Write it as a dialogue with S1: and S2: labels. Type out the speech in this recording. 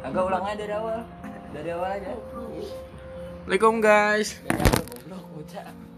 S1: Agak ulang aja dari awal. Dari awal aja.
S2: Assalamualaikum guys.
S1: Jangan goblok bocah.